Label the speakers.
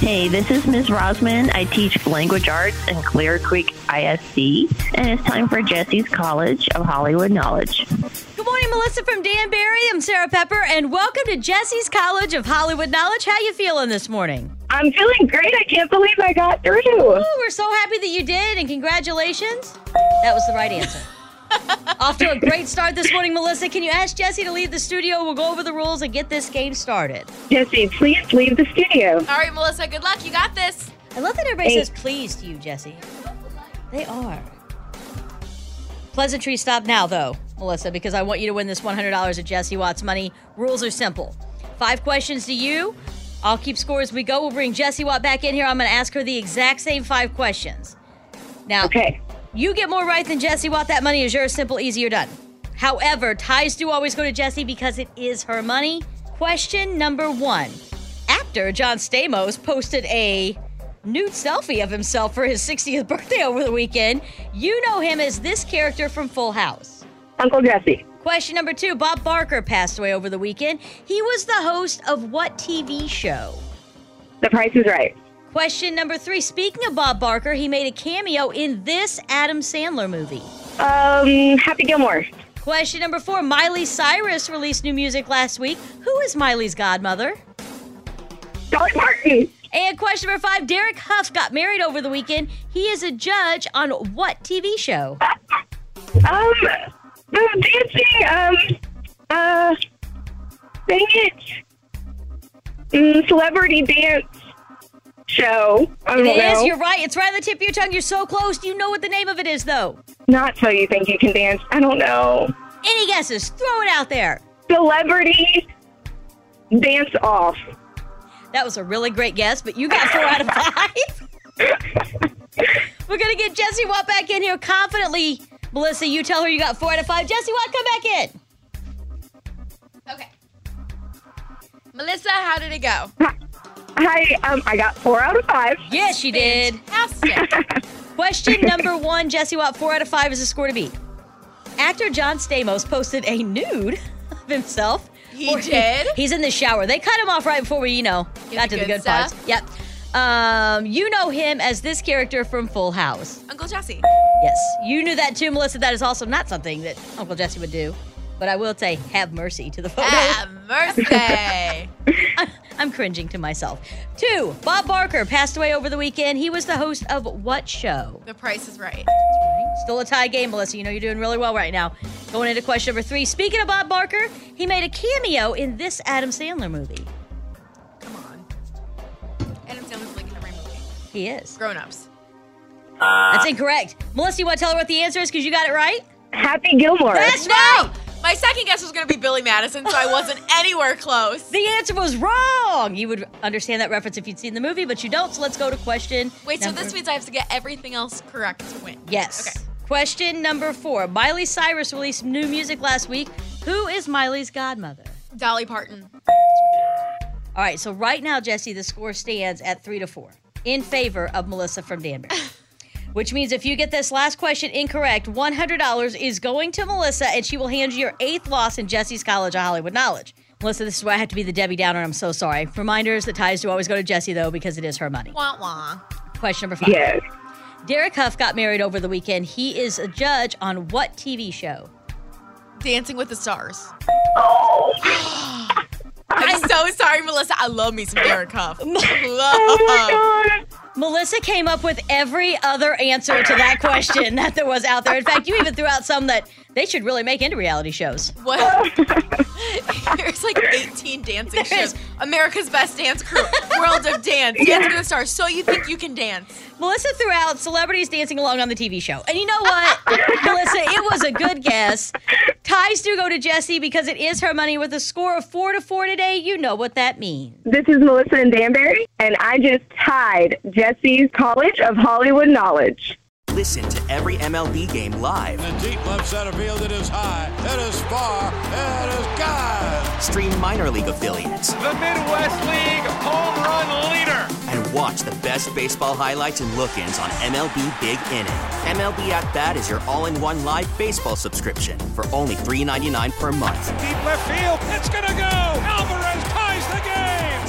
Speaker 1: Hey, this is Ms. Rosman. I teach language arts in Clear Creek ISD, and it's time for Jesse's College of Hollywood Knowledge.
Speaker 2: Good morning, Melissa from Danbury. I'm Sarah Pepper, and welcome to Jesse's College of Hollywood Knowledge. How you feeling this morning?
Speaker 3: I'm feeling great. I can't believe I got through.
Speaker 2: Oh, we're so happy that you did, and congratulations. That was the right answer. Off to a great start this morning, Melissa. Can you ask Jesse to leave the studio? We'll go over the rules and get this game started.
Speaker 3: Jesse, please leave the studio.
Speaker 4: All right, Melissa, good luck. You got this.
Speaker 2: I love that everybody says please to you, Jesse. They are. Pleasantries stop now, though, Melissa, because I want you to win this $100 of Jesse Watts money. Rules are simple. Five questions to you. I'll keep score as we go. We'll bring Jesse Watt back in here. I'm going to ask her the exact same five questions. Now,
Speaker 3: Okay.
Speaker 2: you get more right than Jesse Watt. That money is yours. Simple, easy, you're done. However, ties do always go to Jesse because it is her money. Question number one. Actor John Stamos posted a nude selfie of himself for his 60th birthday over the weekend. You know him as this character from Full House.
Speaker 3: Uncle Jesse,
Speaker 2: Question number two Bob Barker passed away over the weekend. He was the host of what TV show?
Speaker 3: the price is right.
Speaker 2: Question number three Speaking of Bob Barker, he made a cameo in this Adam Sandler movie.
Speaker 3: Um, Happy Gilmore,
Speaker 2: Question number four Miley Cyrus released new music last week. Who is Miley's godmother?
Speaker 3: Dolly Parton,
Speaker 2: And question number five Derek Huff got married over the weekend. He is a judge on what TV show?
Speaker 3: um, the dancing, um, uh, dang it, mm, celebrity dance show. I don't
Speaker 2: It
Speaker 3: know.
Speaker 2: is, you're right. It's right on the tip of your tongue. You're so close. Do you know what the name of it is, though?
Speaker 3: Not so you think you can dance. I don't know.
Speaker 2: Any guesses? Throw it out there.
Speaker 3: Celebrity dance off.
Speaker 2: That was a really great guess, but you got four out of five. We're going to get Jesse Watt back in here confidently. Melissa, you tell her you got four out of five. Jesse Watt, come back in.
Speaker 4: Okay. Melissa, how did it go?
Speaker 3: Hi, um, I got four out of five.
Speaker 2: Yes, she did.
Speaker 4: Fantastic.
Speaker 2: Question number one, Jesse Watt, four out of five is a score to beat. Actor John Stamos posted a nude of himself.
Speaker 4: He did?
Speaker 2: He's in the shower. They cut him off right before we, you know,
Speaker 4: Get
Speaker 2: got
Speaker 4: the
Speaker 2: to the
Speaker 4: good
Speaker 2: good parts.
Speaker 4: stuff?
Speaker 2: Yep. Um, you know him as this character from Full House.
Speaker 4: Uncle Jesse.
Speaker 2: Yes, you knew that too, Melissa. That is also not something that Uncle Jesse would do. But I will say, have mercy to the photo.
Speaker 4: Ah, mercy.
Speaker 2: I'm cringing to myself. Two, Bob Barker passed away over the weekend. He was the host of what show?
Speaker 4: the price is right.
Speaker 2: Still a tie game, Melissa. You know you're doing really well right now. Going into question number three. Speaking of Bob Barker, he made a cameo in this Adam Sandler movie.
Speaker 4: Come on. Adam Sandler's like in every movie.
Speaker 2: He is.
Speaker 4: Grown ups.
Speaker 2: That's incorrect. Melissa, you want to tell her what the answer is because you got it right?
Speaker 3: Happy Gilmore.
Speaker 2: That's
Speaker 4: No! My second guess was going to be Billy Madison, so I wasn't anywhere close.
Speaker 2: The answer was wrong. You would understand that reference if you'd seen the movie, but you don't. So let's go to question.
Speaker 4: Wait, so
Speaker 2: number-
Speaker 4: this means I have to get everything else correct to win.
Speaker 2: Yes.
Speaker 4: Okay.
Speaker 2: Question number four. Miley Cyrus released new music last week. Who is Miley's godmother?
Speaker 4: Dolly Parton.
Speaker 2: All right, so right now, Jesse, the score stands at three to four in favor of Melissa from Danbury. Which means if you get this last question incorrect, $100 is going to Melissa and she will hand you your eighth loss in Jesse's College of Hollywood Knowledge. Melissa, this is where I have to be the Debbie Downer. I'm so sorry. Reminders that ties do always go to Jesse, though, because it is her money.
Speaker 4: Wah wah.
Speaker 2: Question number five.
Speaker 3: Yes.
Speaker 2: Derek Huff got married over the weekend. He is a judge on what TV show?
Speaker 4: Dancing with the Stars.
Speaker 3: Oh,
Speaker 4: I'm so sorry, Melissa. I love me some Derek Huff. Love.
Speaker 3: oh my God.
Speaker 2: Melissa came up with every other answer to that question that there was out there. In fact, you even threw out some that they should really make into reality shows.
Speaker 4: What? There's like 18 dancing shows. America's Best Dance Crew, World of Dance, Dancing with the Stars. So you think you can dance?
Speaker 2: Melissa threw out celebrities dancing along on the TV show. And you know what, Melissa, it was a good guess. Ties do go to Jesse because it is her money with a score of four to four today. You know what that means.
Speaker 3: This is Melissa and Danbury, and I just tied Jesse's College of Hollywood Knowledge.
Speaker 5: Listen to every MLB game live.
Speaker 6: The deep left center field, it is high, it is far, it is God.
Speaker 5: Stream minor league affiliates
Speaker 7: The Midwest League home run leader.
Speaker 5: and watch the best baseball highlights and look ins on MLB Big Inning. MLB At Bat is your all in one live baseball subscription for only $3.99 per month.
Speaker 7: Deep left field. It's going to go. Alvarez ties the game.